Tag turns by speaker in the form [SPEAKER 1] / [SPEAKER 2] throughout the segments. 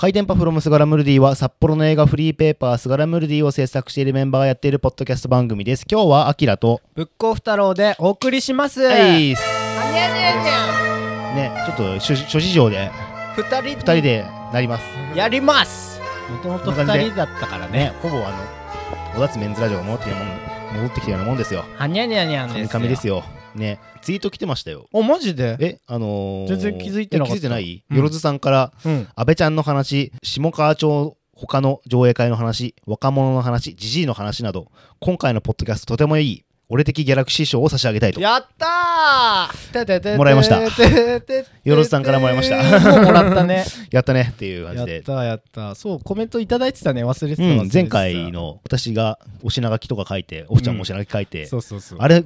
[SPEAKER 1] 回転パフロムスガラムルディは札幌の映画フリーペーパースガラムルディを制作しているメンバーがやっているポッドキャスト番組です。今日はアキラと、
[SPEAKER 2] ぶっこう太郎でお送りします。
[SPEAKER 1] はい
[SPEAKER 2] 二
[SPEAKER 1] っす、ね、ちょっと諸諸事情で
[SPEAKER 2] 人
[SPEAKER 1] 2人でなります。
[SPEAKER 2] やります。もともと
[SPEAKER 1] こんな感じで
[SPEAKER 2] 二人だったからね。
[SPEAKER 1] ね、ほぼあの、おだつメンズラジオが戻ってきたもん戻ってきたようなもんですよ。
[SPEAKER 2] はにゃにゃにゃん
[SPEAKER 1] カ
[SPEAKER 2] で
[SPEAKER 1] ミ
[SPEAKER 2] す。
[SPEAKER 1] カミですよ。ね、ツイート来てましたよ。
[SPEAKER 2] おマジで。
[SPEAKER 1] え、あのー、
[SPEAKER 2] 全然気づいてなかった
[SPEAKER 1] え気づいてない、
[SPEAKER 2] うん
[SPEAKER 1] よろずさんから、
[SPEAKER 2] うん。
[SPEAKER 1] 安倍ちゃんの話、下川町他の上映会の話、若者の話、じじいの話など、今回のポッドキャストとてもいい、俺的ギャラクシー賞を差し上げたいと。
[SPEAKER 2] やったー。ててて て
[SPEAKER 1] もらいました
[SPEAKER 2] てててて
[SPEAKER 1] よろずさんからもらいました
[SPEAKER 2] もうもらっ たね。
[SPEAKER 1] やったねっていう感
[SPEAKER 2] や
[SPEAKER 1] じ
[SPEAKER 2] っ
[SPEAKER 1] で。
[SPEAKER 2] たやった。そうコメントいただいてたね。忘れて
[SPEAKER 1] う
[SPEAKER 2] た。忘れて
[SPEAKER 1] ん、
[SPEAKER 2] た
[SPEAKER 1] 前回。の私がお品書きとか書いて、おふちゃんもお品書き書いて、
[SPEAKER 2] そうそうそう。
[SPEAKER 1] あれ、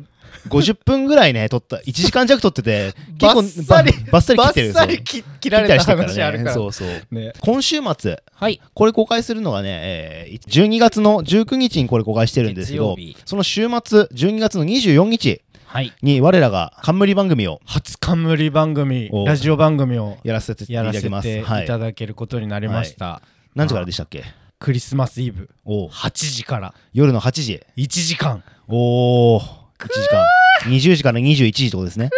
[SPEAKER 1] 50分ぐらいね、撮った、1時間弱撮ってて、
[SPEAKER 2] バッサリ
[SPEAKER 1] ばばっさり切ってるんですよ
[SPEAKER 2] バッサリ切切られた話あるから。
[SPEAKER 1] そうそう。
[SPEAKER 2] ね。
[SPEAKER 1] 今週末、
[SPEAKER 2] はい。
[SPEAKER 1] これ公開するのがね、えー12月の19日にこれ公開してるんですけど
[SPEAKER 2] 月曜日、
[SPEAKER 1] その週末、12月の24日
[SPEAKER 2] はい。
[SPEAKER 1] に我らが冠番組を
[SPEAKER 2] 初冠番組
[SPEAKER 1] お
[SPEAKER 2] ラジオ番組を
[SPEAKER 1] やらせてい
[SPEAKER 2] や
[SPEAKER 1] ただ
[SPEAKER 2] らせ
[SPEAKER 1] き
[SPEAKER 2] て
[SPEAKER 1] ます。
[SPEAKER 2] い
[SPEAKER 1] はい。
[SPEAKER 2] ただけることになりました、
[SPEAKER 1] 何時からでしたっけ
[SPEAKER 2] クリスマスイブ
[SPEAKER 1] おう
[SPEAKER 2] 8時から
[SPEAKER 1] 夜の8時。
[SPEAKER 2] 1時間
[SPEAKER 1] おお、1時間。20時から21時ってことですね。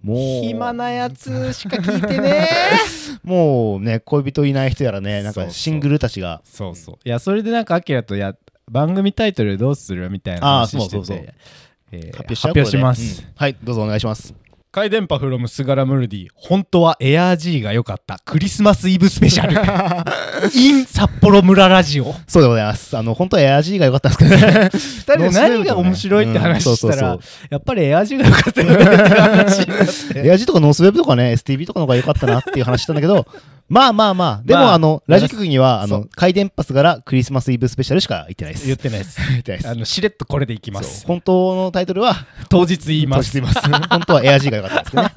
[SPEAKER 1] もう、
[SPEAKER 2] 暇なやつしか聞いてね
[SPEAKER 1] もうね、恋人いない人やらね、なん
[SPEAKER 2] そう
[SPEAKER 1] か
[SPEAKER 2] そう
[SPEAKER 1] シングルたちが、
[SPEAKER 2] そうそういやそれでなんかアキラとや番組タイトルどうするみたいな話してて
[SPEAKER 1] あーそうそうそう
[SPEAKER 2] え
[SPEAKER 1] 発
[SPEAKER 2] ー発
[SPEAKER 1] 表
[SPEAKER 2] 表
[SPEAKER 1] しちゃう
[SPEAKER 2] します、
[SPEAKER 1] これでうんはい、どうぞお願いします。
[SPEAKER 2] 回電波フロムスガラムルディ本当はエアー G が良かったクリスマスイブスペシャル in 札幌村ラジオ
[SPEAKER 1] そうでございます。あの、本当はエアジーが良かったんですけどね。
[SPEAKER 2] 二人で何が面白いって話した
[SPEAKER 1] う
[SPEAKER 2] ら
[SPEAKER 1] んそう
[SPEAKER 2] やっぱりエアー G が良かったよねって話になって
[SPEAKER 1] エアジーとかノースウェブとかね、STB とかの方が良かったなっていう話したんだけど、 まあまあまあ、でも、
[SPEAKER 2] まあ
[SPEAKER 1] あ、の、ラジオ局には、あ
[SPEAKER 2] そ
[SPEAKER 1] の、回電波スからクリスマスイブスペシャルしか言ってないです。
[SPEAKER 2] 言ってないです。
[SPEAKER 1] 言ってないです
[SPEAKER 2] あのしれっとこれでいきま
[SPEAKER 1] そ
[SPEAKER 2] す
[SPEAKER 1] う。本当のタイトルは、
[SPEAKER 2] 当日言いま
[SPEAKER 1] 当
[SPEAKER 2] す。
[SPEAKER 1] 日言います。 本当はエアジーが良かったんですけどね。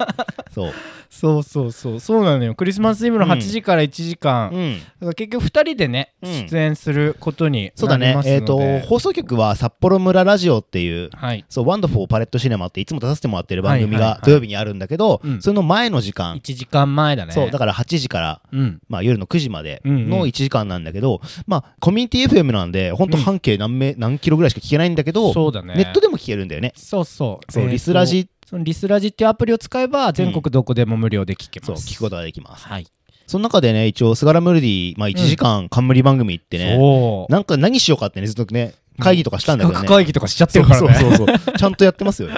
[SPEAKER 1] そう。
[SPEAKER 2] そうそうそうそうなのよ。クリスマスイブの
[SPEAKER 1] うん
[SPEAKER 2] 8時から1時間。だ
[SPEAKER 1] うん。
[SPEAKER 2] から結局2人でね、
[SPEAKER 1] うん
[SPEAKER 2] 出演することに
[SPEAKER 1] そうだ
[SPEAKER 2] なり
[SPEAKER 1] ね
[SPEAKER 2] ま。す
[SPEAKER 1] えっ、
[SPEAKER 2] ので。
[SPEAKER 1] と、放送局は札幌村ラジオっていう、
[SPEAKER 2] はい。
[SPEAKER 1] そう、ワンダフォーパレットシネマっていつも出させてもらってる番組
[SPEAKER 2] はいはい
[SPEAKER 1] が
[SPEAKER 2] はい
[SPEAKER 1] 土曜日にあるんだけど、
[SPEAKER 2] うん
[SPEAKER 1] それの前の時間、
[SPEAKER 2] 1時間前だね。
[SPEAKER 1] そう、だから8時から、
[SPEAKER 2] うん。
[SPEAKER 1] まあ、夜の9時まで
[SPEAKER 2] うんうん
[SPEAKER 1] の1時間なんだけど、まあ、コミュニティ FM なんで、本当半径何メ、何キロぐらいしか聞けないんだけど、
[SPEAKER 2] そうだね。
[SPEAKER 1] ネットでも聞けるんだよね。
[SPEAKER 2] そうそう。
[SPEAKER 1] そう、
[SPEAKER 2] えーと
[SPEAKER 1] リスラ。ジ、
[SPEAKER 2] そのリスラジっていうアプリを使えば全国どこでも無料で聞けます。
[SPEAKER 1] そう、聞くことができます。
[SPEAKER 2] はい。
[SPEAKER 1] その中でね、一応、スガラムルディ、まあ、1時間冠番組行ってね、
[SPEAKER 2] そう。
[SPEAKER 1] なんか何しようかってね、ずっとね、会議とかしたんだけどね。
[SPEAKER 2] 企画会議とかしちゃっ
[SPEAKER 1] そ
[SPEAKER 2] て
[SPEAKER 1] う
[SPEAKER 2] るからね。
[SPEAKER 1] そうそうそう。ちゃんとやってますよ。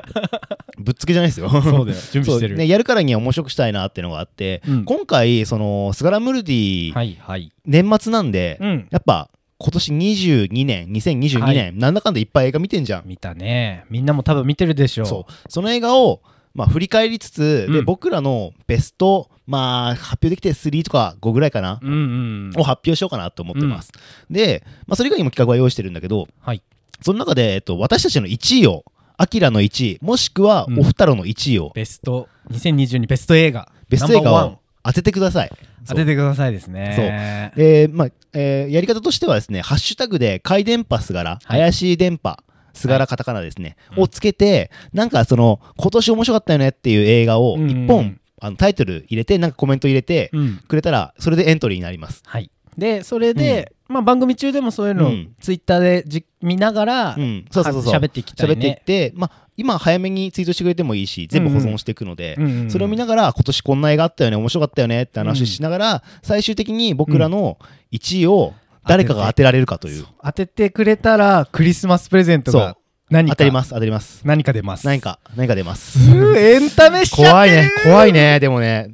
[SPEAKER 1] ぶっつけじゃないですよ。
[SPEAKER 2] そうだよ。準備して
[SPEAKER 1] そう
[SPEAKER 2] る。
[SPEAKER 1] ね、やるからには面白くしたいなっていうのがあって、
[SPEAKER 2] うん
[SPEAKER 1] 今回そのスガラムルディ、
[SPEAKER 2] はいはい。
[SPEAKER 1] 年末なんで、
[SPEAKER 2] うん。
[SPEAKER 1] やっぱ今年22年2022年、
[SPEAKER 2] はい
[SPEAKER 1] なんだかんだいっぱい映画見てんじゃん
[SPEAKER 2] 見たね。みんなも多分見てるでしょう。
[SPEAKER 1] そうその映画をまあ振り返りつつ、
[SPEAKER 2] うん
[SPEAKER 1] で僕らのベストまあ発表できて3とか5ぐらいかな、
[SPEAKER 2] うんうん。
[SPEAKER 1] を発表しようかなと思ってます、で、まあ、それ以外にも企画は用意してるんだけど
[SPEAKER 2] はい。
[SPEAKER 1] その中で、えっと、私たちの1位をアキラの1位もしくは
[SPEAKER 2] うん
[SPEAKER 1] おふたろの1位を、
[SPEAKER 2] ベスト、2022ベスト映画。
[SPEAKER 1] ベスト映
[SPEAKER 2] ナンバーワ
[SPEAKER 1] 画
[SPEAKER 2] ン
[SPEAKER 1] を当ててください
[SPEAKER 2] 当ててくださいですね。
[SPEAKER 1] で、まあえーやり方としてはですね、ハッシュタグで、怪電波すがら、
[SPEAKER 2] はい
[SPEAKER 1] 怪しい電波、すがらカタカナですね、
[SPEAKER 2] うん
[SPEAKER 1] をつけて、なんかその、今年面白かったよねっていう映画を、
[SPEAKER 2] うん
[SPEAKER 1] 一本、あのタイトル入れて、なんかコメント入れて、
[SPEAKER 2] うん。
[SPEAKER 1] くれたら、それでエントリーになります。
[SPEAKER 2] はい。で、それで、まあ番組中でもそういうの
[SPEAKER 1] う
[SPEAKER 2] を
[SPEAKER 1] ん
[SPEAKER 2] ツイッターでじ見ながら、
[SPEAKER 1] うん、そうそうそうそう。
[SPEAKER 2] は喋っていきたいね。
[SPEAKER 1] 喋っていって、まあ、今早めにツイートしてくれてもいいし、全部保存していくので、
[SPEAKER 2] うんうん
[SPEAKER 1] それを見ながら、今年こんな映画あったよね、面白かったよねって話をしながら、最終的に僕らの1位を誰かが当てられるかという。
[SPEAKER 2] 当ててくれたら、クリスマスプレゼントが何か
[SPEAKER 1] 当たります、当たります。
[SPEAKER 2] 何か出ます。
[SPEAKER 1] 何。か、何か出ます。
[SPEAKER 2] うーエンタメしちゃ
[SPEAKER 1] 怖いね、怖いね、でもね、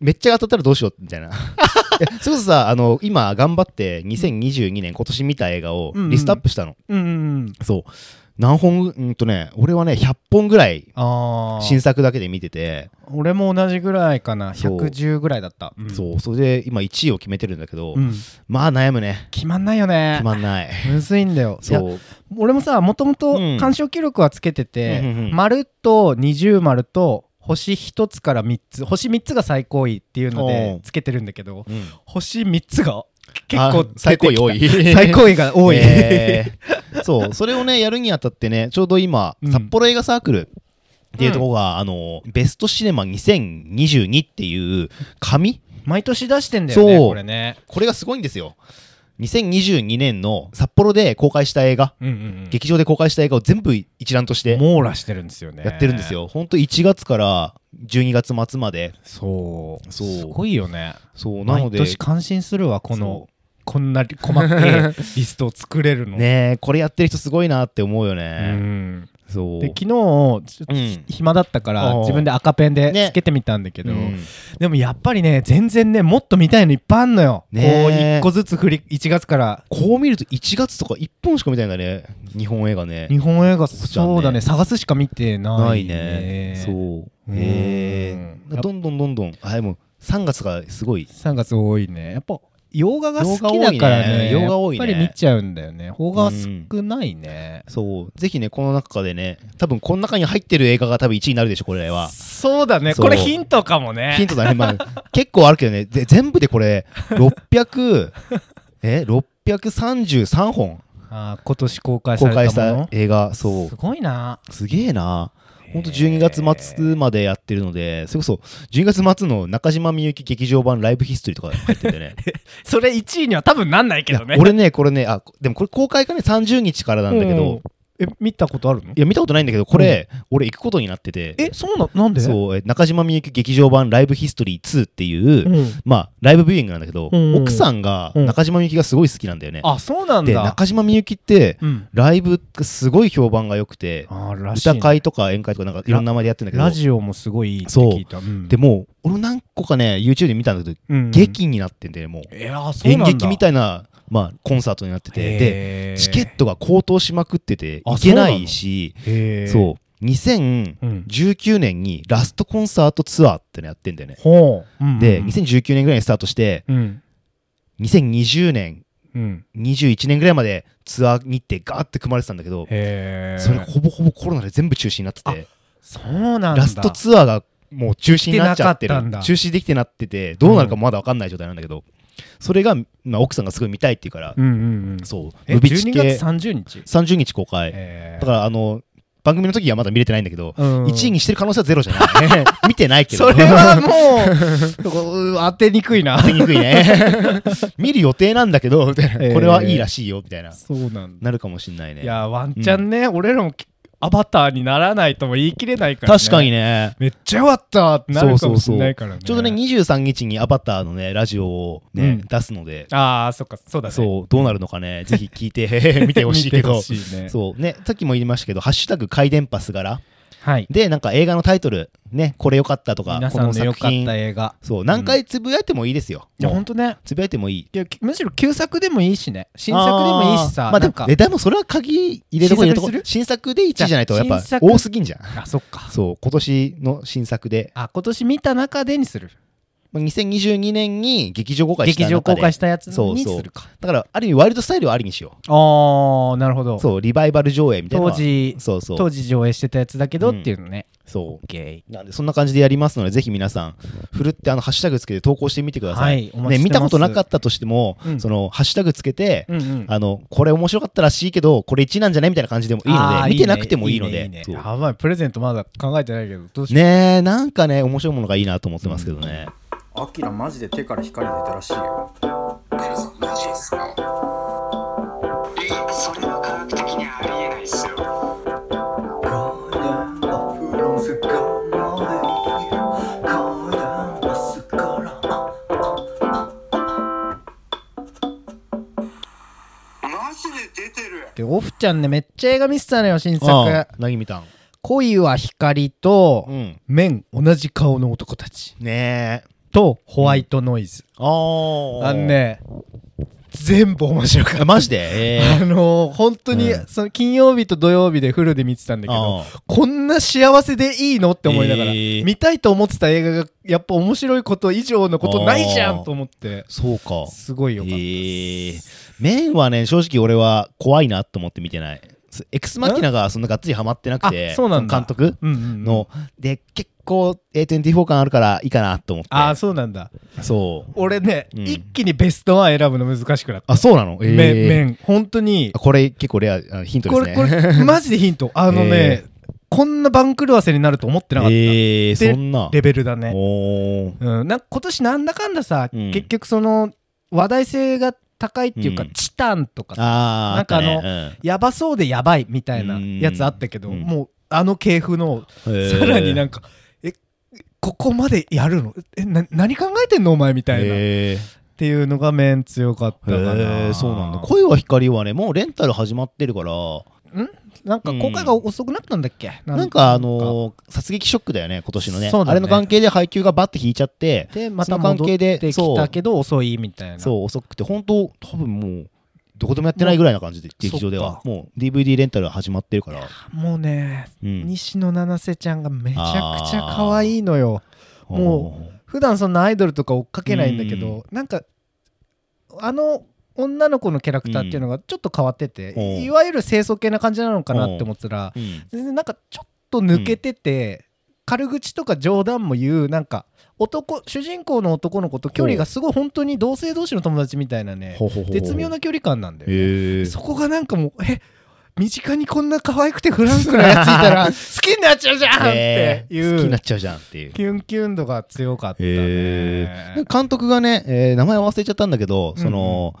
[SPEAKER 1] めっちゃ当たったらどうしようみた いな。いやそれこそさ、あの、今頑張って2022年、今年見た映画を
[SPEAKER 2] うんうん
[SPEAKER 1] リストアップしたの。
[SPEAKER 2] うんうんうん。
[SPEAKER 1] そう。何本、うんとね、俺はね、100本ぐらい
[SPEAKER 2] ああ。
[SPEAKER 1] 新作だけで見てて、
[SPEAKER 2] 俺も同じぐらいかな。
[SPEAKER 1] そう
[SPEAKER 2] 110ぐらいだった。うん
[SPEAKER 1] そう、それで今1位を決めてるんだけど、
[SPEAKER 2] うん。
[SPEAKER 1] まあ悩むね。
[SPEAKER 2] 決まんないよね。
[SPEAKER 1] 決まんない。
[SPEAKER 2] むずいんだよ。いや
[SPEAKER 1] そう。
[SPEAKER 2] 俺もさもともと
[SPEAKER 1] うん
[SPEAKER 2] 鑑賞記録はつけてて、
[SPEAKER 1] うんうんうん
[SPEAKER 2] 丸と二重丸と星1つから3つ星3つが最高位っていうの
[SPEAKER 1] おう
[SPEAKER 2] でつけてるんだけど
[SPEAKER 1] うん
[SPEAKER 2] 星3つが結
[SPEAKER 1] あ
[SPEAKER 2] 構
[SPEAKER 1] 最高位多 い。
[SPEAKER 2] 出てきた最高位が多い、
[SPEAKER 1] えー そうそれをねやるにあたってねちょうど今、
[SPEAKER 2] うん
[SPEAKER 1] 札幌映画サークルっていうところが、あのベストシネマ2022っていう紙
[SPEAKER 2] 毎年出してんだよね
[SPEAKER 1] そう
[SPEAKER 2] これね
[SPEAKER 1] これがすごいんですよ2022年の札幌で公開した映画、
[SPEAKER 2] うんうん
[SPEAKER 1] 劇場で公開した映画を全部一覧とし
[SPEAKER 2] うん
[SPEAKER 1] て
[SPEAKER 2] 網羅してるんですよね
[SPEAKER 1] やってるんですよ、ほんと1月から12月末まで
[SPEAKER 2] そう
[SPEAKER 1] そう
[SPEAKER 2] すごいよね
[SPEAKER 1] そうなの
[SPEAKER 2] 毎
[SPEAKER 1] で
[SPEAKER 2] 年感心するわこの
[SPEAKER 1] そ
[SPEAKER 2] こんな細かいリストを作れるの
[SPEAKER 1] ねえこれやってる人すごいなって思うよ
[SPEAKER 2] う
[SPEAKER 1] ね、
[SPEAKER 2] ん
[SPEAKER 1] そう
[SPEAKER 2] で昨日ちょっと
[SPEAKER 1] うん
[SPEAKER 2] 暇だったか
[SPEAKER 1] あ
[SPEAKER 2] ら
[SPEAKER 1] ー
[SPEAKER 2] 自分で赤ペンで
[SPEAKER 1] ね
[SPEAKER 2] つけてみたんだけど、
[SPEAKER 1] うん
[SPEAKER 2] でもやっぱりね全然ねもっと見たいのいっぱいあんのよ、
[SPEAKER 1] ね
[SPEAKER 2] こう1個ずつ振り1月から
[SPEAKER 1] こう見ると1月とか1本しか見たいんだね日本映画ね
[SPEAKER 2] 日本映画
[SPEAKER 1] そうじゃんね
[SPEAKER 2] そうだね探すしか見てな
[SPEAKER 1] ないい
[SPEAKER 2] ね
[SPEAKER 1] ねそう
[SPEAKER 2] うん
[SPEAKER 1] へえどんどんどんどんあでも3月がすごい
[SPEAKER 2] 3月多いねやっぱ洋画が好きだからね
[SPEAKER 1] 洋画多いね
[SPEAKER 2] やっぱり見ちゃうんだよね邦画は
[SPEAKER 1] うん
[SPEAKER 2] 少ないね、
[SPEAKER 1] そうぜひねこの中でね多分この中に入ってる映画が多分1位になるでしょこれは
[SPEAKER 2] そうだね
[SPEAKER 1] そう
[SPEAKER 2] これヒントかもね
[SPEAKER 1] ヒントだねまあ 結構あるけどねで全部でこれ600 え633本
[SPEAKER 2] あー今年公開さ
[SPEAKER 1] 公
[SPEAKER 2] れたもの
[SPEAKER 1] 開した映画そ
[SPEAKER 2] すごいな
[SPEAKER 1] うすげえなほんと
[SPEAKER 2] へー
[SPEAKER 1] 12月末までやってるのでそれこそ12月末の中島みゆき劇場版ライブヒストリーとか入っててね
[SPEAKER 2] それ1位には多分なんないけどね
[SPEAKER 1] いや俺ねこれねあでもこれ公開がね30日からなんだけど、
[SPEAKER 2] うんえ見たことある
[SPEAKER 1] い
[SPEAKER 2] の
[SPEAKER 1] や見たことないんだけどこれ、俺行くことになってて
[SPEAKER 2] えそうななんで
[SPEAKER 1] そうえ中島みゆき劇場版ライブヒストリー2っていう、
[SPEAKER 2] うん
[SPEAKER 1] まあライブビューイングなんだけど、
[SPEAKER 2] うん
[SPEAKER 1] 奥さんが
[SPEAKER 2] うん
[SPEAKER 1] 中島みゆきがすごい好きなんだよね、
[SPEAKER 2] あそうなん
[SPEAKER 1] で
[SPEAKER 2] だ
[SPEAKER 1] 中島みゆきって
[SPEAKER 2] うん
[SPEAKER 1] ライブがすごい評判が良くて、
[SPEAKER 2] あらしいね
[SPEAKER 1] 歌会とか宴会とかなんかいろんな名前でやってるんだけど
[SPEAKER 2] ラジオもすごいいいって聞いたうん
[SPEAKER 1] でも俺何個かね YouTube で見たんだけど、
[SPEAKER 2] うん
[SPEAKER 1] 劇になってんだよねもう
[SPEAKER 2] いやーそう
[SPEAKER 1] 演
[SPEAKER 2] なんだ
[SPEAKER 1] 劇みたいな、まあ、コンサートになっててで
[SPEAKER 2] へー
[SPEAKER 1] チケットが高騰しまくってて
[SPEAKER 2] あ
[SPEAKER 1] 行けないし
[SPEAKER 2] へー
[SPEAKER 1] そう2019
[SPEAKER 2] うん
[SPEAKER 1] 年にラストコンサートツアーってのやってんだよね、
[SPEAKER 2] ほううん
[SPEAKER 1] で2019年ぐらいにスタートして
[SPEAKER 2] うん
[SPEAKER 1] 2020年
[SPEAKER 2] うん
[SPEAKER 1] 21年ぐらいまでツアー日程ガーって組まれてたんだけど
[SPEAKER 2] へえ
[SPEAKER 1] それほぼほぼコロナで全部中止になってて
[SPEAKER 2] そうなんだ
[SPEAKER 1] ラストツアーがもう中止になっちゃってる
[SPEAKER 2] できてなかったんだ
[SPEAKER 1] 中止できてなっててどうなるかまだ分かんない状態なんだけどそれが、まあ、奥さんがすごい見たいっていうから
[SPEAKER 2] うんうんうん
[SPEAKER 1] そう
[SPEAKER 2] え
[SPEAKER 1] 無備チ
[SPEAKER 2] 12
[SPEAKER 1] ケ
[SPEAKER 2] 月30日
[SPEAKER 1] 30日公開
[SPEAKER 2] へー
[SPEAKER 1] だからあの番組の時はまだ見れてないんだけど、
[SPEAKER 2] うん
[SPEAKER 1] 1位にしてる可能性はゼロじゃ ない見てないけど
[SPEAKER 2] それはも うこう当てにくいな
[SPEAKER 1] 当てにくい ね見る予定なんだけどみたいな
[SPEAKER 2] えー
[SPEAKER 1] これはいいらしいよみたいな
[SPEAKER 2] そうなんだ
[SPEAKER 1] なるかもしんないね
[SPEAKER 2] いやーワンチャンね俺らもきアバターにならないとも言い切れないからね
[SPEAKER 1] 確かにね
[SPEAKER 2] めっちゃよかったってなる
[SPEAKER 1] そう
[SPEAKER 2] か
[SPEAKER 1] そ
[SPEAKER 2] も
[SPEAKER 1] う
[SPEAKER 2] し
[SPEAKER 1] そう
[SPEAKER 2] れないからね
[SPEAKER 1] ちょうどね23日にアバターのねラジオをね、
[SPEAKER 2] うん
[SPEAKER 1] 出すので
[SPEAKER 2] ああそっかそうだね
[SPEAKER 1] そうどうなるのか ねぜひ聞いて 見てほしいけど
[SPEAKER 2] 見てほしいね
[SPEAKER 1] そうねさっきも言いましたけど「ハッシュタグ回電波すがら
[SPEAKER 2] はい」
[SPEAKER 1] でなんか映画のタイトルねこれ良かったとか
[SPEAKER 2] 皆
[SPEAKER 1] こ
[SPEAKER 2] さん
[SPEAKER 1] の
[SPEAKER 2] の良
[SPEAKER 1] 作
[SPEAKER 2] かった
[SPEAKER 1] 品
[SPEAKER 2] 映画
[SPEAKER 1] そう何回つぶやいてもいいですよ、
[SPEAKER 2] いや
[SPEAKER 1] もう
[SPEAKER 2] ほんとね
[SPEAKER 1] つぶやいてもいい
[SPEAKER 2] いやきむしろ旧作でもいいしね新作でもいいしさ
[SPEAKER 1] あーまあ
[SPEAKER 2] な
[SPEAKER 1] で
[SPEAKER 2] ん
[SPEAKER 1] も
[SPEAKER 2] か
[SPEAKER 1] えでもそれは鍵入れとこ入れとこ
[SPEAKER 2] 新作にする
[SPEAKER 1] 新作で1位じゃないとやっぱ
[SPEAKER 2] 新作
[SPEAKER 1] 多すぎんじゃん
[SPEAKER 2] あそっか
[SPEAKER 1] そう今年の新作で
[SPEAKER 2] あ今年見た中でにする
[SPEAKER 1] まあ2022年に劇場公開した
[SPEAKER 2] 劇
[SPEAKER 1] 中で
[SPEAKER 2] 場公開したやつ
[SPEAKER 1] そう
[SPEAKER 2] に
[SPEAKER 1] そう
[SPEAKER 2] するか
[SPEAKER 1] だからある意味ワイルドスタイルはありにしよ
[SPEAKER 2] ああなるほど
[SPEAKER 1] うそうリバイバル上映みたいなの
[SPEAKER 2] 当
[SPEAKER 1] は
[SPEAKER 2] 時
[SPEAKER 1] そうそ
[SPEAKER 2] 当
[SPEAKER 1] う
[SPEAKER 2] 時上映してたやつだけど
[SPEAKER 1] う
[SPEAKER 2] っ
[SPEAKER 1] ん
[SPEAKER 2] ていうのね
[SPEAKER 1] そ
[SPEAKER 2] OK
[SPEAKER 1] うなんでそんな感じでやりますのでぜひ皆さんふるってあのハッシュタグつけて投稿してみてくださ、
[SPEAKER 2] はいいお待
[SPEAKER 1] ね
[SPEAKER 2] ちしてます
[SPEAKER 1] 見たことなかったとしても、
[SPEAKER 2] うん
[SPEAKER 1] そのハッシュタグつけて、
[SPEAKER 2] うんうん
[SPEAKER 1] あのこれ面白かったらしいけどこれ1なんじゃないみたいな感じでもいいの
[SPEAKER 2] あー
[SPEAKER 1] で見てなくてもいいので
[SPEAKER 2] いね
[SPEAKER 1] そう
[SPEAKER 2] やばいプレゼントまだ考えてないけどどうしよ
[SPEAKER 1] ねえなんかね面白いものがいいなと思ってますけどね、
[SPEAKER 3] アキラマジで手から光出たらしいよ
[SPEAKER 4] マジですかえそれは科学的にはありえないですよマジで出てる
[SPEAKER 2] うオフちゃんねめっちゃ映画見せたのよ新
[SPEAKER 1] あ
[SPEAKER 2] 作
[SPEAKER 1] あ何見たん
[SPEAKER 2] 「恋は光」と
[SPEAKER 1] うん
[SPEAKER 2] 「面同じ顔の男たち
[SPEAKER 1] ねえ」
[SPEAKER 2] と「ホワイトノイズ
[SPEAKER 1] あ」あ
[SPEAKER 2] あのね全部面白かった
[SPEAKER 1] あマジでえ
[SPEAKER 2] あのー本当に
[SPEAKER 1] うん
[SPEAKER 2] その金曜日と土曜日でフルで見てたんだ
[SPEAKER 1] え
[SPEAKER 2] けど
[SPEAKER 1] あ
[SPEAKER 2] こんな幸せでいいのって思いながら
[SPEAKER 1] えー
[SPEAKER 2] 見たいと思ってた映画がやっぱ面白いこと以上のことないじゃんと思って
[SPEAKER 1] そうか
[SPEAKER 2] すごいよかった
[SPEAKER 1] え
[SPEAKER 2] で
[SPEAKER 1] え
[SPEAKER 2] す
[SPEAKER 1] 麺はね正直俺は怖いなと思って見てないすエクスマキナがそんながっつりハマってなくて
[SPEAKER 2] あそうなんだ
[SPEAKER 1] の監督
[SPEAKER 2] うんうんうん
[SPEAKER 1] の、で結構 A24 感あるからいいかなと思って
[SPEAKER 2] ああそうなんだ
[SPEAKER 1] そう
[SPEAKER 2] 俺ね、
[SPEAKER 1] うん
[SPEAKER 2] 一気にベストワン選ぶの難しくなった、
[SPEAKER 1] あそうなのええ
[SPEAKER 2] めめん本当に
[SPEAKER 1] あこれ結構レアあヒントで
[SPEAKER 2] こ
[SPEAKER 1] す
[SPEAKER 2] れ
[SPEAKER 1] ね
[SPEAKER 2] これマジでヒントあのね、こんな番狂わせになると思ってなかった レ
[SPEAKER 1] えー、
[SPEAKER 2] で
[SPEAKER 1] そんな。
[SPEAKER 2] ベルだね。
[SPEAKER 1] おー
[SPEAKER 2] うん、なんか今年なんだかんださ、
[SPEAKER 1] うん
[SPEAKER 2] 結局その話題性が高いっていうか、
[SPEAKER 1] うん
[SPEAKER 2] チタンとかさ
[SPEAKER 1] あー
[SPEAKER 2] なんかあの
[SPEAKER 1] ったね
[SPEAKER 2] やばそうでやばいみたいなやつあったけど、
[SPEAKER 1] うん
[SPEAKER 2] もうあの系譜の
[SPEAKER 1] うんへー
[SPEAKER 2] さらになんか、えここまでやるのえな何考えてんのお前みたいな、
[SPEAKER 1] へー
[SPEAKER 2] っていうのが面強かったかな、
[SPEAKER 1] へーそうなんだ恋は光はねもうレンタル始まってるから
[SPEAKER 2] なんか公開が遅くなったんだっけ、
[SPEAKER 1] なんかあのー殺撃ショックだよね今年のね
[SPEAKER 2] そうだね
[SPEAKER 1] あれの関係で配給がバッて引いちゃって
[SPEAKER 2] でま
[SPEAKER 1] そ
[SPEAKER 2] た
[SPEAKER 1] の関
[SPEAKER 2] 戻っ
[SPEAKER 1] 係で
[SPEAKER 2] てきたけど遅いみたいな
[SPEAKER 1] そう遅くて本当多分もうどこでもやってないぐらいな感じで劇場ではもう DVD レンタル始まってるから、
[SPEAKER 2] もうね、
[SPEAKER 1] うん
[SPEAKER 2] 西野七瀬ちゃんがめちゃくちゃ可愛いのよも
[SPEAKER 1] う
[SPEAKER 2] 普段そんなアイドルとか追っかけないんだけど、なんかあの女の子のキャラクターっていうのがちょっと変わってて、
[SPEAKER 1] うん
[SPEAKER 2] いわゆる清楚系な感じなのかなって思ってたら、
[SPEAKER 1] うん
[SPEAKER 2] 全然なんかちょっと抜けてて、軽口とか冗談も言うなんか男主人公の男の子と距離がすごい本当に同性同士の友達みたいなね
[SPEAKER 1] ほうほうほうほう
[SPEAKER 2] 絶妙な距離感なんだよ、
[SPEAKER 1] へえ
[SPEAKER 2] そこがなんかもうえ身近にこんな可愛くてフランクなやつい たら好きになっちゃうじゃんって
[SPEAKER 1] ね
[SPEAKER 2] い
[SPEAKER 1] 好きに
[SPEAKER 2] う、
[SPEAKER 1] なっちゃうじゃんっていう
[SPEAKER 2] キュンキュン度が強かったね、
[SPEAKER 1] へー監督がね、えー名前忘れちゃったんだけど、その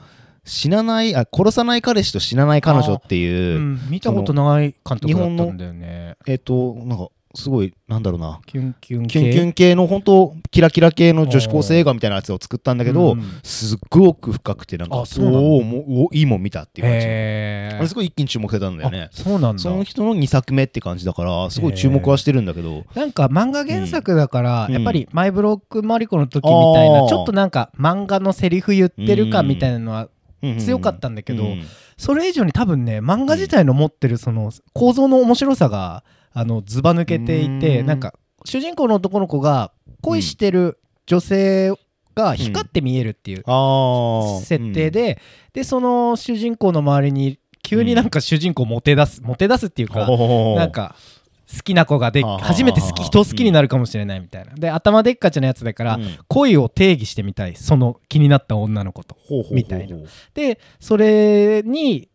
[SPEAKER 1] 死なないあ殺さない彼氏と死なない彼女っていう、
[SPEAKER 2] うん、見たことない監督だったんだよね
[SPEAKER 1] えっ、となんかすごいなんだろうな
[SPEAKER 2] キュンキュン
[SPEAKER 1] キ
[SPEAKER 2] 系
[SPEAKER 1] ュンキュン系の本当キラキラ系の女子高生映画みたいなやつを作ったんだけど、
[SPEAKER 2] うん
[SPEAKER 1] すっごく深くてなんか
[SPEAKER 2] あそうなの
[SPEAKER 1] おーもうおいいもん見たっていう感じ、
[SPEAKER 2] へー
[SPEAKER 1] あれすごい一気に注目されたんだよね
[SPEAKER 2] あそうなんだ
[SPEAKER 1] その人の2作目って感じだからすごい注目はしてるんだけど、
[SPEAKER 2] なんか漫画原作だから、
[SPEAKER 1] うん
[SPEAKER 2] やっぱりマイブロックマリコの時みたい
[SPEAKER 1] あ
[SPEAKER 2] な
[SPEAKER 1] ー
[SPEAKER 2] ちょっとなんか漫画のセリフ言ってるかみたいなのは
[SPEAKER 1] うんうんうん
[SPEAKER 2] 強かったんだけど、
[SPEAKER 1] うん
[SPEAKER 2] それ以上に多分ね漫画自体の持ってるその構造の面白さがあのずば抜けていて、
[SPEAKER 1] うん
[SPEAKER 2] なんか主人公の男の子が恋してる女性が光って見えるっていう
[SPEAKER 1] あー
[SPEAKER 2] 設定、で、でその主人公の周りに急になんか主人公モテ出す、モテ出すっていう
[SPEAKER 1] うん
[SPEAKER 2] か、
[SPEAKER 1] おー
[SPEAKER 2] なんか好きな子がで
[SPEAKER 1] はあはあはあ
[SPEAKER 2] 初めて好き人を好きになるかもしれないみたいなで頭でっかちなやつだから、
[SPEAKER 1] うん
[SPEAKER 2] 恋を定義してみたいその気になった女の子と
[SPEAKER 1] ほうほうほうほう
[SPEAKER 2] みたいなでそれに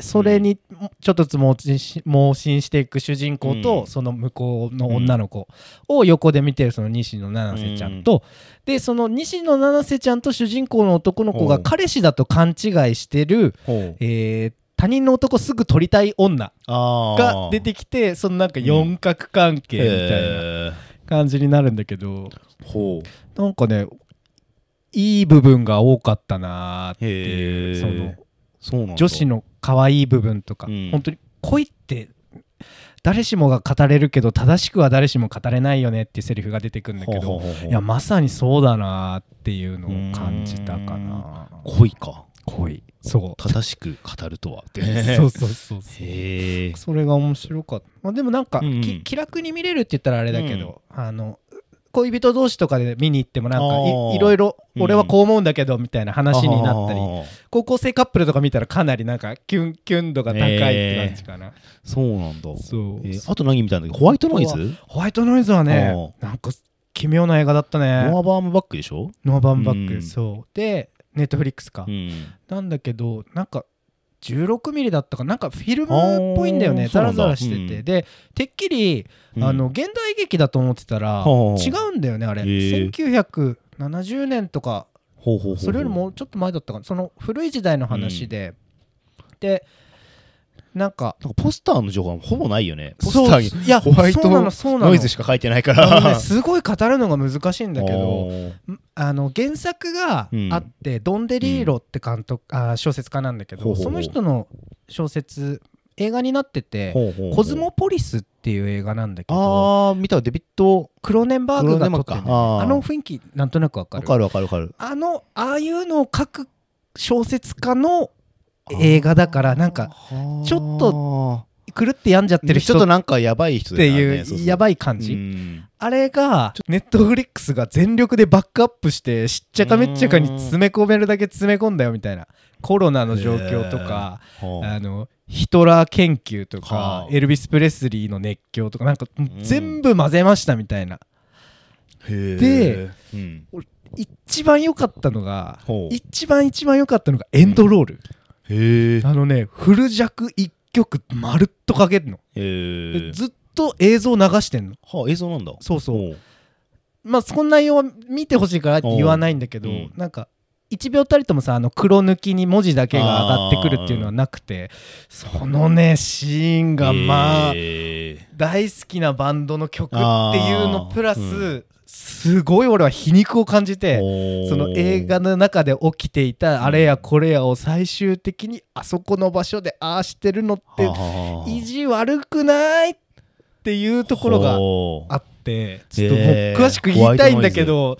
[SPEAKER 2] それにちょっとずつ盲信し盲信していく主人公
[SPEAKER 1] う
[SPEAKER 2] と、
[SPEAKER 1] ん
[SPEAKER 2] その向こうの女の子を横で見てるその西野七瀬ちゃんと、でその西野七瀬ちゃんと主人公の男の子
[SPEAKER 1] ほ
[SPEAKER 2] が
[SPEAKER 1] う
[SPEAKER 2] 彼氏だと勘違いしてる、
[SPEAKER 1] ほう
[SPEAKER 2] えー他人の男すぐ取りたい女
[SPEAKER 1] あ
[SPEAKER 2] が出
[SPEAKER 1] き
[SPEAKER 2] てきてそのなんか四角関係みたいな感じになるんだけど、
[SPEAKER 1] ほう
[SPEAKER 2] なんかねいい部分が多かったなーって
[SPEAKER 1] へ
[SPEAKER 2] い
[SPEAKER 1] え
[SPEAKER 2] うその
[SPEAKER 1] そうなんだ
[SPEAKER 2] 女子の可愛い部分とか、
[SPEAKER 1] うん
[SPEAKER 2] 本当に恋って誰しもが語れるけど正しくは誰しも語れないよねっていうセリフが出てくるんだけど
[SPEAKER 1] ほうほうほうほう
[SPEAKER 2] いやまさにそうだなーっていうのを感じたかな
[SPEAKER 1] 恋か
[SPEAKER 2] 恋そ
[SPEAKER 1] 正しく語る とはって
[SPEAKER 2] うそうそうそうそう
[SPEAKER 1] へえ
[SPEAKER 2] それが面白かった、まあ、でもなんか、
[SPEAKER 1] うんうん
[SPEAKER 2] き気楽に見れるって言ったらあれだけど、あの恋人同士とかで見に行ってもなんか
[SPEAKER 1] あー
[SPEAKER 2] いいろいろ
[SPEAKER 1] うん
[SPEAKER 2] 俺はこう思うんだけどみたいな話になったり、
[SPEAKER 1] あー
[SPEAKER 2] 高校生カップルとか見たらかなりなんかキュンキュン度が高いって感じかな、
[SPEAKER 1] そうなんだ
[SPEAKER 2] そう
[SPEAKER 1] えーあと何見たんだっけホワイトノイズ
[SPEAKER 2] ホワイトノイズはねなんか奇妙な映画だったね
[SPEAKER 1] ノア・バームバックでしょ
[SPEAKER 2] ノアバンバック、
[SPEAKER 1] うん
[SPEAKER 2] そうでネットフリックスか、
[SPEAKER 1] うん
[SPEAKER 2] なんだけどなんか16ミリだったかなんかフィルムっぽいんだよ
[SPEAKER 1] あ
[SPEAKER 2] ね
[SPEAKER 1] ーそ
[SPEAKER 2] ザ
[SPEAKER 1] うな
[SPEAKER 2] ラ
[SPEAKER 1] んだ
[SPEAKER 2] ザラしてて、
[SPEAKER 1] うん
[SPEAKER 2] でてっきりあの現代劇だと思ってたら
[SPEAKER 1] はあ
[SPEAKER 2] 違うんだよねあれ
[SPEAKER 1] へえ
[SPEAKER 2] 1970年とか
[SPEAKER 1] ほうほうほうほう
[SPEAKER 2] それよりもちょっと前だったかなその古い時代の話ででなんか
[SPEAKER 1] なんかポスターの情報はほぼないよねポスターに
[SPEAKER 2] そういや
[SPEAKER 1] ホワイ
[SPEAKER 2] そうな
[SPEAKER 1] ト
[SPEAKER 2] のそうなの
[SPEAKER 1] ノイズしか書いてないか
[SPEAKER 2] あのね
[SPEAKER 1] ら
[SPEAKER 2] すごい語るのが難しい んだけど
[SPEAKER 1] ど
[SPEAKER 2] んあの原作があって、ドン・デ・リーロって監督、あー小説家なんだけど
[SPEAKER 1] ほうほう
[SPEAKER 2] その人の小説映画になってて「コ
[SPEAKER 1] コ
[SPEAKER 2] ズモポリス」っていう映画なんだけど
[SPEAKER 1] ああ見たデビット
[SPEAKER 2] クローネンバーグが撮って
[SPEAKER 1] クローネン
[SPEAKER 2] ね
[SPEAKER 1] バーグかあー
[SPEAKER 2] あの雰囲気なんとなくわか
[SPEAKER 1] わ
[SPEAKER 2] る
[SPEAKER 1] かるわかるわかる
[SPEAKER 2] あのああいうのを書く小説家の映画だからなんかちょっ
[SPEAKER 1] と
[SPEAKER 2] 狂って病んじゃってる
[SPEAKER 1] ち
[SPEAKER 2] 人
[SPEAKER 1] ょっと
[SPEAKER 2] っ
[SPEAKER 1] なんかやばい人
[SPEAKER 2] て
[SPEAKER 1] だよね
[SPEAKER 2] いうや
[SPEAKER 1] い
[SPEAKER 2] ばい感じ、
[SPEAKER 1] じ
[SPEAKER 2] あれがネットフリックスが全力でバックアップしてしっちゃかめっちゃかに詰め込めるだけ詰め込んだよみたいなコロナの状況とか、あのヒトラー研究とか、
[SPEAKER 1] はあ
[SPEAKER 2] エルビス・プレスリーの熱狂とかなんか
[SPEAKER 1] ん
[SPEAKER 2] 全部混ぜましたみたいな、で
[SPEAKER 1] うん
[SPEAKER 2] 一番良かったのが
[SPEAKER 1] ほう
[SPEAKER 2] 一番一番良かったのがエンドロール、
[SPEAKER 1] へえ
[SPEAKER 2] あのねフル尺一曲まるっとかけるの、でずっと映像流してんの
[SPEAKER 1] はあ、映像なんだ。
[SPEAKER 2] そうそう
[SPEAKER 1] う。
[SPEAKER 2] まあそんな内容は見てほしいからって言わないんだけど、
[SPEAKER 1] おううん
[SPEAKER 2] なんか1秒たりともさあの黒抜きに文字だけが上がってくるっていうのはなくてそのねシーンがまあ、
[SPEAKER 1] えー
[SPEAKER 2] 大好きなバンドの曲っていうのプラ
[SPEAKER 1] あ
[SPEAKER 2] ス、
[SPEAKER 1] ー
[SPEAKER 2] すごい俺は皮肉を感じて
[SPEAKER 1] おー
[SPEAKER 2] その映画の中で起きていたあれやこれやを最終的にあそこの場所でああしてるのって
[SPEAKER 1] はあはあ
[SPEAKER 2] 意地悪くないっていうところが
[SPEAKER 1] ほう
[SPEAKER 2] あってちょっと僕
[SPEAKER 1] えー
[SPEAKER 2] 詳しく言いたいんだけど、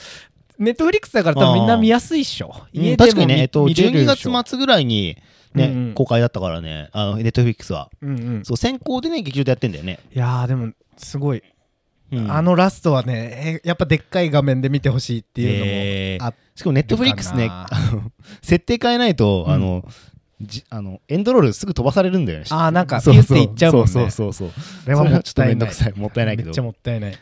[SPEAKER 2] ネットフリックスだから多分みんな見やすいっしょ。
[SPEAKER 1] うん
[SPEAKER 2] 家でも
[SPEAKER 1] 確かにね、
[SPEAKER 2] 見
[SPEAKER 1] えっと、
[SPEAKER 2] 見れるでしょ
[SPEAKER 1] 12月末ぐらいに、ね
[SPEAKER 2] うんうん
[SPEAKER 1] 公開だったからね、あのネットフリックスは。
[SPEAKER 2] うんうん、
[SPEAKER 1] そう先行でね、劇場でやってんだよね。
[SPEAKER 2] いやーでもすごい、
[SPEAKER 1] うん
[SPEAKER 2] あのラストはねえーやっぱでっかい画面で見てほしいっていう
[SPEAKER 1] えー
[SPEAKER 2] のもあっ
[SPEAKER 1] しかもネットフリックスね、あの設定変えないと、
[SPEAKER 2] うん
[SPEAKER 1] あのじあのエンドロールすぐ飛ばされるんだよね。
[SPEAKER 2] あーなんか
[SPEAKER 1] そうそう
[SPEAKER 2] ピュッていっちゃうもんね
[SPEAKER 1] そうそうそうそう。
[SPEAKER 2] それはもっ
[SPEAKER 1] ちょっと
[SPEAKER 2] た
[SPEAKER 1] め
[SPEAKER 2] い
[SPEAKER 1] んど
[SPEAKER 2] ない
[SPEAKER 1] くさい。もったいないけ
[SPEAKER 2] め
[SPEAKER 1] ど
[SPEAKER 2] っち。ゃもったいない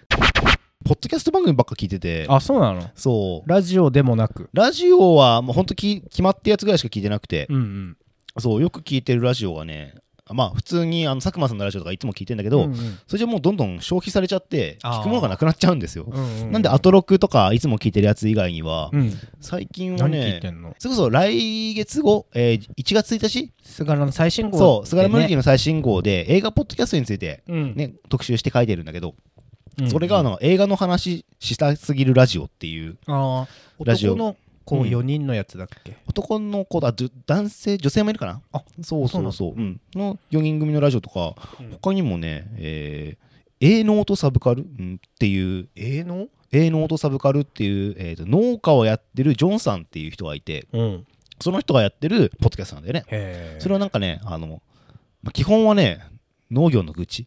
[SPEAKER 1] ポッドキャスト番組ばっか聞いてて、
[SPEAKER 2] あそうなの
[SPEAKER 1] そう。
[SPEAKER 2] ラジオでもなく
[SPEAKER 1] ラジオは、もう本当き決まったやつぐらいしか聞いてなくて、
[SPEAKER 2] うんうん
[SPEAKER 1] そう、よく聞いてるラジオがね、まあ普通にあの佐久間さんのラジオとかいつも聞いてんだけど、
[SPEAKER 2] うんうん
[SPEAKER 1] それじゃもうどんどん消費されちゃって、
[SPEAKER 2] あー
[SPEAKER 1] 聞くものがなくなっちゃうんですよ。
[SPEAKER 2] うんうん
[SPEAKER 1] なんで、アトロクとかいつも聞いてるやつ以外には、
[SPEAKER 2] うん、
[SPEAKER 1] 最近は
[SPEAKER 2] 何聞いて
[SPEAKER 1] ね、
[SPEAKER 2] んの
[SPEAKER 1] それこそ来月後、えー1月1日、
[SPEAKER 2] 菅原の最新号
[SPEAKER 1] そう、菅原
[SPEAKER 2] でね
[SPEAKER 1] ムルキの最新号で映画ポッドキャストについて、
[SPEAKER 2] うん
[SPEAKER 1] ね、特集して書いてるんだけど、
[SPEAKER 2] うん
[SPEAKER 1] それがあの映画の話したすぎるラジオっていう、
[SPEAKER 2] あー
[SPEAKER 1] ラジオ
[SPEAKER 2] 男の子
[SPEAKER 1] うん
[SPEAKER 2] 4人のやつだっけ、
[SPEAKER 1] 男の子だ、じゅ男性、女性もいるかな
[SPEAKER 2] あ
[SPEAKER 1] そうそう
[SPEAKER 2] そ
[SPEAKER 1] そう、うん、の4人組のラジオとか、他にもね、えー、営農とサブカル、うん、っていう
[SPEAKER 2] えーの
[SPEAKER 1] 営農とサブカルっていう、えーと農家をやってるジョンさんっていう人がいて
[SPEAKER 2] うん
[SPEAKER 1] その人がやってるポッドキャストなんだよね
[SPEAKER 2] へー
[SPEAKER 1] それはなんかねあの、まあ基本はね農業の愚 痴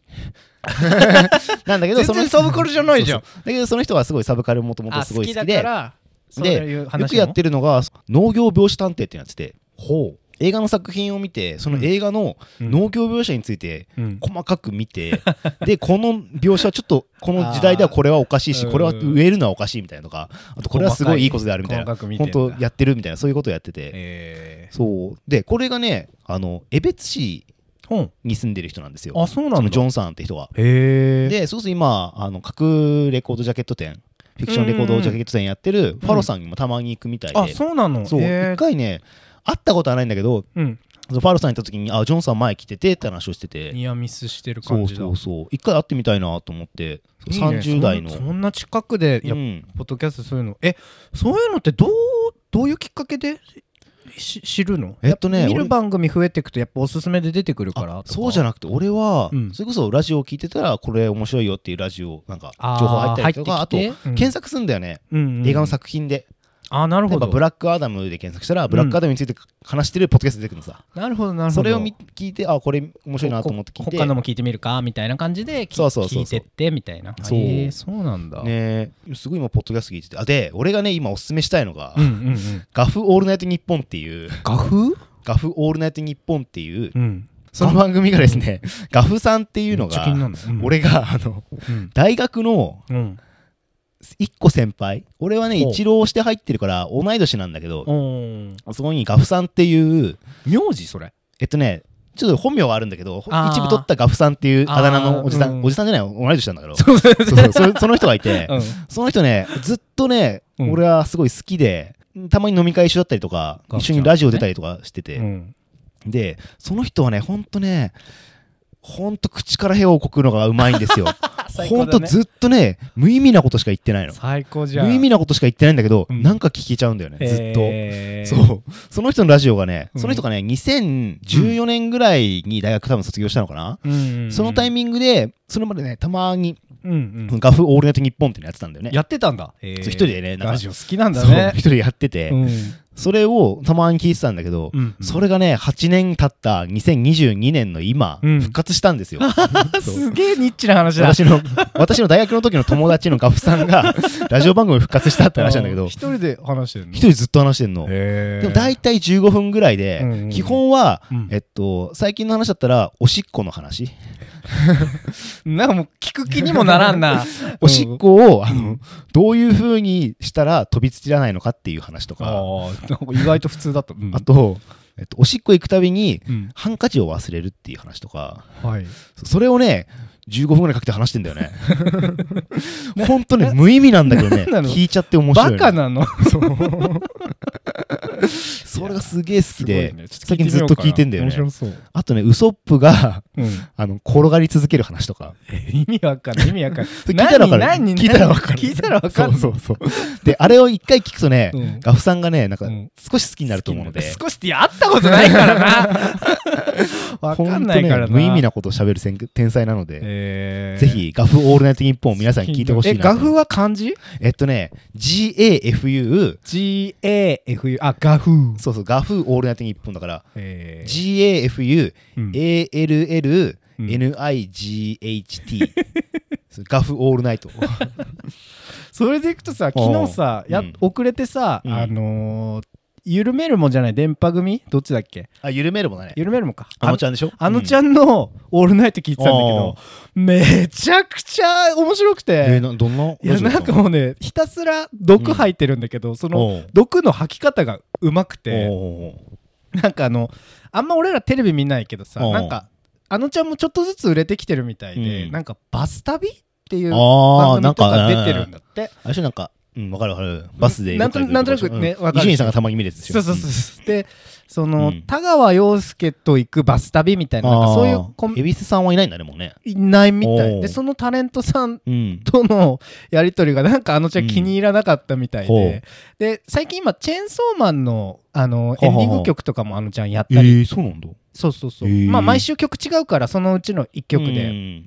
[SPEAKER 1] なんだけど
[SPEAKER 2] 全然
[SPEAKER 1] その人
[SPEAKER 2] サブカルじゃないじゃん
[SPEAKER 1] そうそうだけどその人はすごいサブカルもともと
[SPEAKER 2] あ
[SPEAKER 1] すごい好きで
[SPEAKER 2] ら
[SPEAKER 1] で
[SPEAKER 2] いう
[SPEAKER 1] よくやってるのが農業病死探偵ってやつで
[SPEAKER 2] ほ
[SPEAKER 1] 映画の作品を見てその映画の
[SPEAKER 2] うん
[SPEAKER 1] 農業描写について
[SPEAKER 2] う、うん
[SPEAKER 1] 細かく見て でこの描写はちょっとこの時代ではこれはおかしいし
[SPEAKER 2] あー
[SPEAKER 1] これは
[SPEAKER 2] うん
[SPEAKER 1] 植えるのはおかしいみたいなとかあとこれはすごいいいことであるみたい
[SPEAKER 2] 細
[SPEAKER 1] な
[SPEAKER 2] かく見てん
[SPEAKER 1] 本
[SPEAKER 2] だ
[SPEAKER 1] 当やってるみたいなそういうことをやってて
[SPEAKER 2] え
[SPEAKER 1] そうでこれがねあの江別市
[SPEAKER 2] ー、ほん
[SPEAKER 1] に住んでる人なんですよ
[SPEAKER 2] あそうな
[SPEAKER 1] そ
[SPEAKER 2] ん
[SPEAKER 1] の
[SPEAKER 2] だ
[SPEAKER 1] ジョンさんって人は
[SPEAKER 2] へえ
[SPEAKER 1] でそうすると今あの各レコードジャケット店フィクションレコードジャケット店やってるファロさんにもたまに行くみたいで、
[SPEAKER 2] あそうなの
[SPEAKER 1] そう
[SPEAKER 2] へ
[SPEAKER 1] 一
[SPEAKER 2] ー
[SPEAKER 1] 回ね会ったことはないんだけど
[SPEAKER 2] うん
[SPEAKER 1] そのファロさんに行った時にあジョンさん前来ててって話をしてて
[SPEAKER 2] ニアミスしてる
[SPEAKER 1] そ
[SPEAKER 2] 感
[SPEAKER 1] う
[SPEAKER 2] じだ
[SPEAKER 1] そうそう一回会ってみたいなと思って
[SPEAKER 2] いいね
[SPEAKER 1] 30代の
[SPEAKER 2] そんそんな近くでや
[SPEAKER 1] う
[SPEAKER 2] っぱ
[SPEAKER 1] ん
[SPEAKER 2] ポッドキャストそういうのえそういうのってどうどういうきっかけでし知るの
[SPEAKER 1] えっとね
[SPEAKER 2] やぱ見る
[SPEAKER 1] 俺
[SPEAKER 2] 番組増えていくとやっぱおすすめで出てくるから
[SPEAKER 1] あそうじゃ
[SPEAKER 2] な
[SPEAKER 1] なくて俺は、
[SPEAKER 2] うん
[SPEAKER 1] それこそラジオを聞いてたらこれ面白いよっていうラジオなんか情報入ったりとかあと検索するんだよね、映画の作品で
[SPEAKER 2] あーなる
[SPEAKER 1] 例
[SPEAKER 2] ほ
[SPEAKER 1] えば
[SPEAKER 2] ど
[SPEAKER 1] ブラックアダムで検索したらブラックアダムについて話してるポッドキャスト出てくるのさ、
[SPEAKER 2] なるほどなるほど
[SPEAKER 1] それを見聞いてあこれ面白いなと思って聞い
[SPEAKER 2] こ
[SPEAKER 1] て
[SPEAKER 2] 他のも聞いてみるかみたいな感じでき
[SPEAKER 1] そうそうそうそう
[SPEAKER 2] 聞いてってみたいな
[SPEAKER 1] そう
[SPEAKER 2] へーそうなんだ、
[SPEAKER 1] ねすごい今ポッドキャスト聞いててあで俺がね今おすすめしたいのが、
[SPEAKER 2] うんうんうん
[SPEAKER 1] ガフオールナイトニッポンっていう
[SPEAKER 2] 画風
[SPEAKER 1] ガフオールナイトニッポンっていう
[SPEAKER 2] うん
[SPEAKER 1] その番組がですね、ガフさんっていうの
[SPEAKER 2] めっちゃ気にな
[SPEAKER 1] が、
[SPEAKER 2] るのうん
[SPEAKER 1] 俺があの
[SPEAKER 2] うん
[SPEAKER 1] 大学の
[SPEAKER 2] うん
[SPEAKER 1] 一個先輩、俺はね、
[SPEAKER 2] ほう
[SPEAKER 1] 一浪して入ってるから同い年なんだけ
[SPEAKER 2] お
[SPEAKER 1] ど、
[SPEAKER 2] ー
[SPEAKER 1] そこにガフさんっていう、
[SPEAKER 2] 名字それ
[SPEAKER 1] えっとね、ちょっと本名はあるんだけど、
[SPEAKER 2] あー
[SPEAKER 1] 一部取ったガフさんっていうあだ名のおじさ、
[SPEAKER 2] あーうんん
[SPEAKER 1] おじさんじゃない、同い年なんだけど、
[SPEAKER 2] う そう
[SPEAKER 1] そうそうそその人がいて、
[SPEAKER 2] ん
[SPEAKER 1] その人ね、ずっとね、
[SPEAKER 2] うん
[SPEAKER 1] 俺はすごい好きで、たまに飲み会一緒だったりとか、
[SPEAKER 2] ガフち
[SPEAKER 1] 一
[SPEAKER 2] ゃん
[SPEAKER 1] 緒にラジオ出たりとかしてて、
[SPEAKER 2] うん
[SPEAKER 1] でその人はねほんとねほんと口から屁をこくのがうまいんですよ
[SPEAKER 2] 最高だ
[SPEAKER 1] ほ
[SPEAKER 2] ね
[SPEAKER 1] んとずっとね無意味なことしか言ってないの
[SPEAKER 2] 最高じゃん
[SPEAKER 1] 無意味なことしか言ってないんだけど、
[SPEAKER 2] うん
[SPEAKER 1] なんか聞けちゃうんだよねずっと
[SPEAKER 2] へー
[SPEAKER 1] そうその人のラジオがね
[SPEAKER 2] うん
[SPEAKER 1] その人がね2014年ぐらいに大学多分卒業したのかな、
[SPEAKER 2] うんうんうん
[SPEAKER 1] そのタイミングでそれまでねたまに
[SPEAKER 2] うんうん
[SPEAKER 1] ガフオールナイトニッポンっていうのやってたんだよね
[SPEAKER 2] やってたんだへー
[SPEAKER 1] そう一人でねなんか
[SPEAKER 2] ラジオ好きなんだ
[SPEAKER 1] そう
[SPEAKER 2] ね
[SPEAKER 1] 一人でやってて、
[SPEAKER 2] うん
[SPEAKER 1] それをたまに聞いてたんだけど、
[SPEAKER 2] うん
[SPEAKER 1] それがね8年経った2022年の今、
[SPEAKER 2] うん
[SPEAKER 1] 復活したん ですよそう
[SPEAKER 2] すげえニッチな話だ
[SPEAKER 1] 私の私の大学の時の友達のガフさんが ラジオ番組復活したって話なんだけ
[SPEAKER 2] う
[SPEAKER 1] ど
[SPEAKER 2] 一
[SPEAKER 1] 一
[SPEAKER 2] 人で話してるの
[SPEAKER 1] 人ずっと話してんので
[SPEAKER 2] へー
[SPEAKER 1] も大体15分ぐらいで、
[SPEAKER 2] うんうん
[SPEAKER 1] 基本は、
[SPEAKER 2] うん
[SPEAKER 1] えっと最近の話だったらおしっこの話、
[SPEAKER 2] なんかもう聞く気にもならんな
[SPEAKER 1] おしっこをあのどういう風にしたら飛び散らないのかっていう話とか、
[SPEAKER 2] あーなんか意外と普通だった、うん
[SPEAKER 1] あと、えっと、おしっこ行くたびに
[SPEAKER 2] うん
[SPEAKER 1] ハンカチを忘れるっていう話とか
[SPEAKER 2] はい
[SPEAKER 1] それをね15分ぐらいかけて話してんだ よね本当ね無意味なんだけどね
[SPEAKER 2] なの
[SPEAKER 1] 聞いちゃって面白いの
[SPEAKER 2] バカなのそう
[SPEAKER 1] それがすげえ好きで、
[SPEAKER 2] すごいねちょ
[SPEAKER 1] 最近ずっと聞いてんだよね
[SPEAKER 2] 面白そう、
[SPEAKER 1] あとねウソップが
[SPEAKER 2] うん、
[SPEAKER 1] あの転がり続ける話とか
[SPEAKER 2] 意味わかんない意味わかんない
[SPEAKER 1] 聞いたらわかる
[SPEAKER 2] 何何
[SPEAKER 1] 聞いたらわかる
[SPEAKER 2] 聞いたらわかる
[SPEAKER 1] そうそうそうであれを一回聞くとね、
[SPEAKER 2] うん
[SPEAKER 1] ガフさんがねなんか
[SPEAKER 2] うん
[SPEAKER 1] 少し好きになると思うので、
[SPEAKER 2] 少しって会ったことないか らなわ
[SPEAKER 1] ほ
[SPEAKER 2] かん
[SPEAKER 1] んと
[SPEAKER 2] ない
[SPEAKER 1] ね
[SPEAKER 2] からな
[SPEAKER 1] 無意味なことを喋るせん天才なので、
[SPEAKER 2] えー
[SPEAKER 1] ぜひガフオールナイトニッポンを皆さんに聞いてほしいな
[SPEAKER 2] え画風は漢字
[SPEAKER 1] えっとね GAFU
[SPEAKER 2] ?GAFU あ画風
[SPEAKER 1] そうそうガフオールナイトニッポンだから
[SPEAKER 2] えー
[SPEAKER 1] GAFU
[SPEAKER 2] うん
[SPEAKER 1] ALL
[SPEAKER 2] うん
[SPEAKER 1] NIGHT そうガフオールナ イト
[SPEAKER 2] それでいくとさ昨日さ
[SPEAKER 1] うん
[SPEAKER 2] や
[SPEAKER 1] うん
[SPEAKER 2] 遅れてさ
[SPEAKER 1] うん
[SPEAKER 2] あのー緩めるもんじゃない電波組どっちだっけ
[SPEAKER 1] あ緩めるもんだね
[SPEAKER 2] 緩めるもんか
[SPEAKER 1] あのちゃんでしょ
[SPEAKER 2] あのち
[SPEAKER 1] ゃん
[SPEAKER 2] ゃんの「オールナイト」聞いてたんだけどめちゃくちゃ面白く
[SPEAKER 1] えー
[SPEAKER 2] て
[SPEAKER 1] などんない
[SPEAKER 2] やなんかもうねひたすら毒吐いてるんだけどその
[SPEAKER 1] おう
[SPEAKER 2] 毒の吐き方がうまくて
[SPEAKER 1] おう
[SPEAKER 2] なんかあのあんま俺らテレビ見ないけどさ
[SPEAKER 1] うん
[SPEAKER 2] なんかあのちゃんもちょっとずつ売れてきてるみたいで、
[SPEAKER 1] うん
[SPEAKER 2] なんかバス旅ってい
[SPEAKER 1] あ
[SPEAKER 2] う番
[SPEAKER 1] あな
[SPEAKER 2] 組
[SPEAKER 1] ん
[SPEAKER 2] とか
[SPEAKER 1] か
[SPEAKER 2] 出てるんだって
[SPEAKER 1] あれでしょなんかうんわかるわかるバスで
[SPEAKER 2] なんとなんとなくねわかる
[SPEAKER 1] 伊集院さんがたまに見るやつでし
[SPEAKER 2] そ
[SPEAKER 1] ょ
[SPEAKER 2] うそうそう
[SPEAKER 1] う
[SPEAKER 2] そうでそ
[SPEAKER 1] う
[SPEAKER 2] の、
[SPEAKER 1] ん
[SPEAKER 2] 田川陽介と行くバス旅みたいななんかそういうコン
[SPEAKER 1] 恵比寿さんはいないんだねもうね
[SPEAKER 2] いないみた
[SPEAKER 1] お
[SPEAKER 2] いうでそのタレントさん
[SPEAKER 1] うん
[SPEAKER 2] とのやり取りがなんかあのちゃん気に入らなかったみたい
[SPEAKER 1] うんほう
[SPEAKER 2] で、で最近今チェーンソーマンのあの
[SPEAKER 1] あ
[SPEAKER 2] エ
[SPEAKER 1] はあ
[SPEAKER 2] ンディング曲とかもあのちゃんやっ
[SPEAKER 1] え
[SPEAKER 2] たり、
[SPEAKER 1] ーそうなんだ
[SPEAKER 2] そうそうそう、
[SPEAKER 1] へえ
[SPEAKER 2] まあ毎週曲違うからそのうちの1曲で、
[SPEAKER 1] うん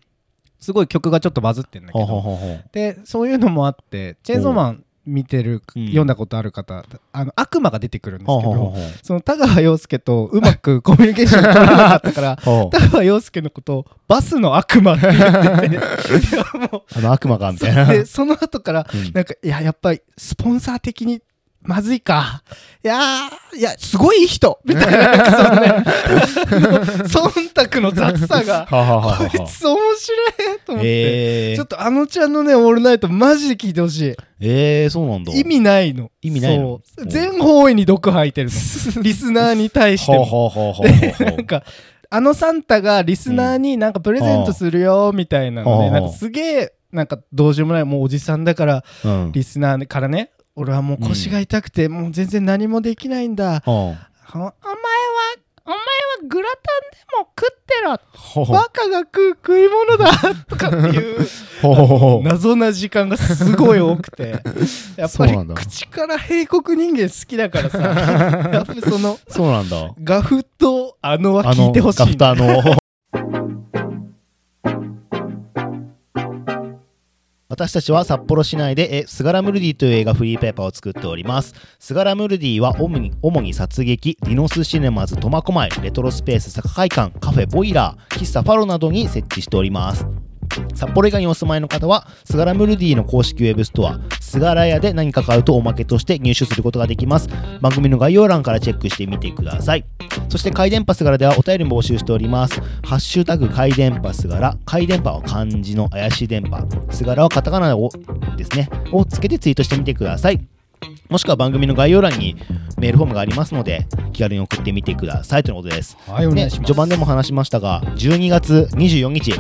[SPEAKER 2] すごい曲がちょっとバズってんだけ
[SPEAKER 1] は
[SPEAKER 2] ど
[SPEAKER 1] ははは
[SPEAKER 2] でそういうのもあってチェーンソーマン見てる、
[SPEAKER 1] うん
[SPEAKER 2] 読んだことある方あの悪魔が出てくるんですけど、
[SPEAKER 1] はははは
[SPEAKER 2] その田川陽介とうまく コミュニケーション取れなかったから
[SPEAKER 1] は
[SPEAKER 2] 田川陽介のことをバスの悪魔って言っててでも
[SPEAKER 1] あの悪魔がみたいな。
[SPEAKER 2] うでその後から
[SPEAKER 1] うん
[SPEAKER 2] なんかいややっぱりスポンサー的にまずいかいやーいやすごいいい人みたいななんか そのね忖度の雑さが
[SPEAKER 1] はははは
[SPEAKER 2] こいつ面白いと思って。
[SPEAKER 1] えー、
[SPEAKER 2] ちょっとあのちゃんのね、オールナイト、マジで聞いてほし
[SPEAKER 1] えー、そうなんだ。
[SPEAKER 2] い。意味ないの。
[SPEAKER 1] 意味ないの
[SPEAKER 2] そう全方位に毒吐いてる の。リスナーに対して
[SPEAKER 1] ははは
[SPEAKER 2] も。
[SPEAKER 1] ははは
[SPEAKER 2] で なんかあのサンタがリスナーになんかプレゼントするよみたいなの
[SPEAKER 1] う
[SPEAKER 2] で
[SPEAKER 1] ん
[SPEAKER 2] なんかすげえなんかどうしようもないもうおじさんだから
[SPEAKER 1] うん。
[SPEAKER 2] リスナーからね俺はもう腰が痛くてもう全然何もできないん
[SPEAKER 1] はん
[SPEAKER 2] だおお前はお前はグラタンでも食ってろ
[SPEAKER 1] ほほ
[SPEAKER 2] バカが食う食い物だとかっていう
[SPEAKER 1] ほほほほ
[SPEAKER 2] 謎な時間がすごい多 くてやっぱ
[SPEAKER 1] そう
[SPEAKER 2] り
[SPEAKER 1] なんだ
[SPEAKER 2] 口から帝国人間好きだか らさやっぱその
[SPEAKER 1] そうなんだ。
[SPEAKER 2] 画風とあのは
[SPEAKER 1] あ
[SPEAKER 2] 聞
[SPEAKER 1] の、
[SPEAKER 2] いてほしい
[SPEAKER 1] ガフターの。 私たちは札幌市内でえスガラムルディという映画フリーペーパーを作っております。スガラムルディは主に主に殺撃、ディノスシネマズ苫小牧、レトロスペース坂会館、カフェボイラー、喫茶ファロなどに設置しております。札幌以外にお住まいの方は、スガラムルディの公式ウェブストア、スガラ屋で何か買うとおまけとして入手することができます。番組の概要欄からチェックしてみてください。そして、回電波スガラではお便りも募集しております。ハッシュタグ回電波すがら、回電波は漢字の怪しい電波、すがらはカタカナをですね、をつけてツイートしてみてください。もしくは番組の概要欄にメールフォームがありますので、気軽に送ってみてくださいということです。
[SPEAKER 2] はい、お願いします。
[SPEAKER 1] ね序盤でも話しましたが、12月24日、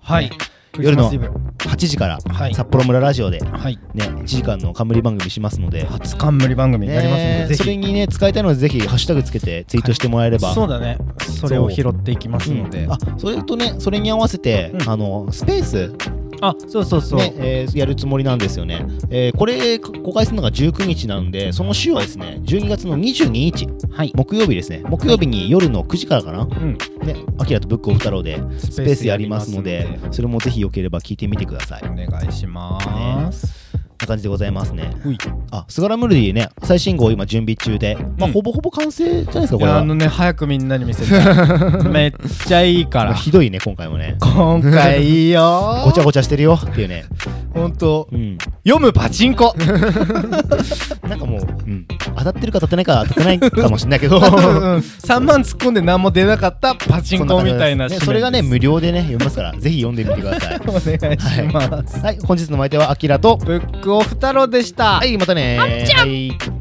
[SPEAKER 2] はい。クリ
[SPEAKER 1] 夜
[SPEAKER 2] ス
[SPEAKER 1] の
[SPEAKER 2] マスイブ。
[SPEAKER 1] 8時から
[SPEAKER 2] はい
[SPEAKER 1] 札幌村ラジオで、
[SPEAKER 2] はい。
[SPEAKER 1] ね、1時間の冠番組しますので、
[SPEAKER 2] 初冠番組になりますの
[SPEAKER 1] ね
[SPEAKER 2] で、ぜ
[SPEAKER 1] それ
[SPEAKER 2] ひ。
[SPEAKER 1] にね、使いたいので、ぜひハッシュタグつけてツイートしてもらえれば。
[SPEAKER 2] そうだね。それを拾っていきますので。
[SPEAKER 1] うんあそれとね、それに合わせて、
[SPEAKER 2] うん
[SPEAKER 1] あのスペース、
[SPEAKER 2] あ、そうそうそう。
[SPEAKER 1] ねえーやるつもりなんですよね。えーこれ、公開するのが19日なんで、その週はですね、12月の22日、
[SPEAKER 2] はい。
[SPEAKER 1] 木曜日ですね、木曜日に夜の9時からかな、
[SPEAKER 2] うん。
[SPEAKER 1] ね、アキラとブックオフ太郎で
[SPEAKER 2] ス
[SPEAKER 1] スペースやりますので、それもぜひよければ聞いてみてください。
[SPEAKER 2] お
[SPEAKER 1] な
[SPEAKER 2] 願いします。
[SPEAKER 1] 感じでございますね。
[SPEAKER 2] ほい
[SPEAKER 1] あ、スガラムルディね、最新号今準備中で、まあ、
[SPEAKER 2] うん
[SPEAKER 1] ほぼほぼ完成じゃないですか、こ
[SPEAKER 2] い
[SPEAKER 1] れ
[SPEAKER 2] や
[SPEAKER 1] は。
[SPEAKER 2] あのね、早くみんなに見せ て。めっちゃいいか
[SPEAKER 1] まあ
[SPEAKER 2] ら。
[SPEAKER 1] ひどいね、今回もね。
[SPEAKER 2] 今回いい よ。
[SPEAKER 1] ごちゃごちゃしてるよっていうね。
[SPEAKER 2] ほんと
[SPEAKER 1] うん。
[SPEAKER 2] 読むパチンコ
[SPEAKER 1] なんかもう、うん、当たってるか当たってないか当たってないかもしれないけ ど。
[SPEAKER 2] 3万突っ込んで何も出なかったパチ
[SPEAKER 1] そ
[SPEAKER 2] ン
[SPEAKER 1] んな
[SPEAKER 2] コ
[SPEAKER 1] 感じで
[SPEAKER 2] み
[SPEAKER 1] す
[SPEAKER 2] たいな
[SPEAKER 1] ね
[SPEAKER 2] 紙面です
[SPEAKER 1] それがね、無料でね、読みますから、ぜひ読んでみてください。
[SPEAKER 2] お願いします
[SPEAKER 1] はい、本日のお相手は、あきらと、
[SPEAKER 2] ブックオフ太郎でした。
[SPEAKER 1] はい、またねー。はい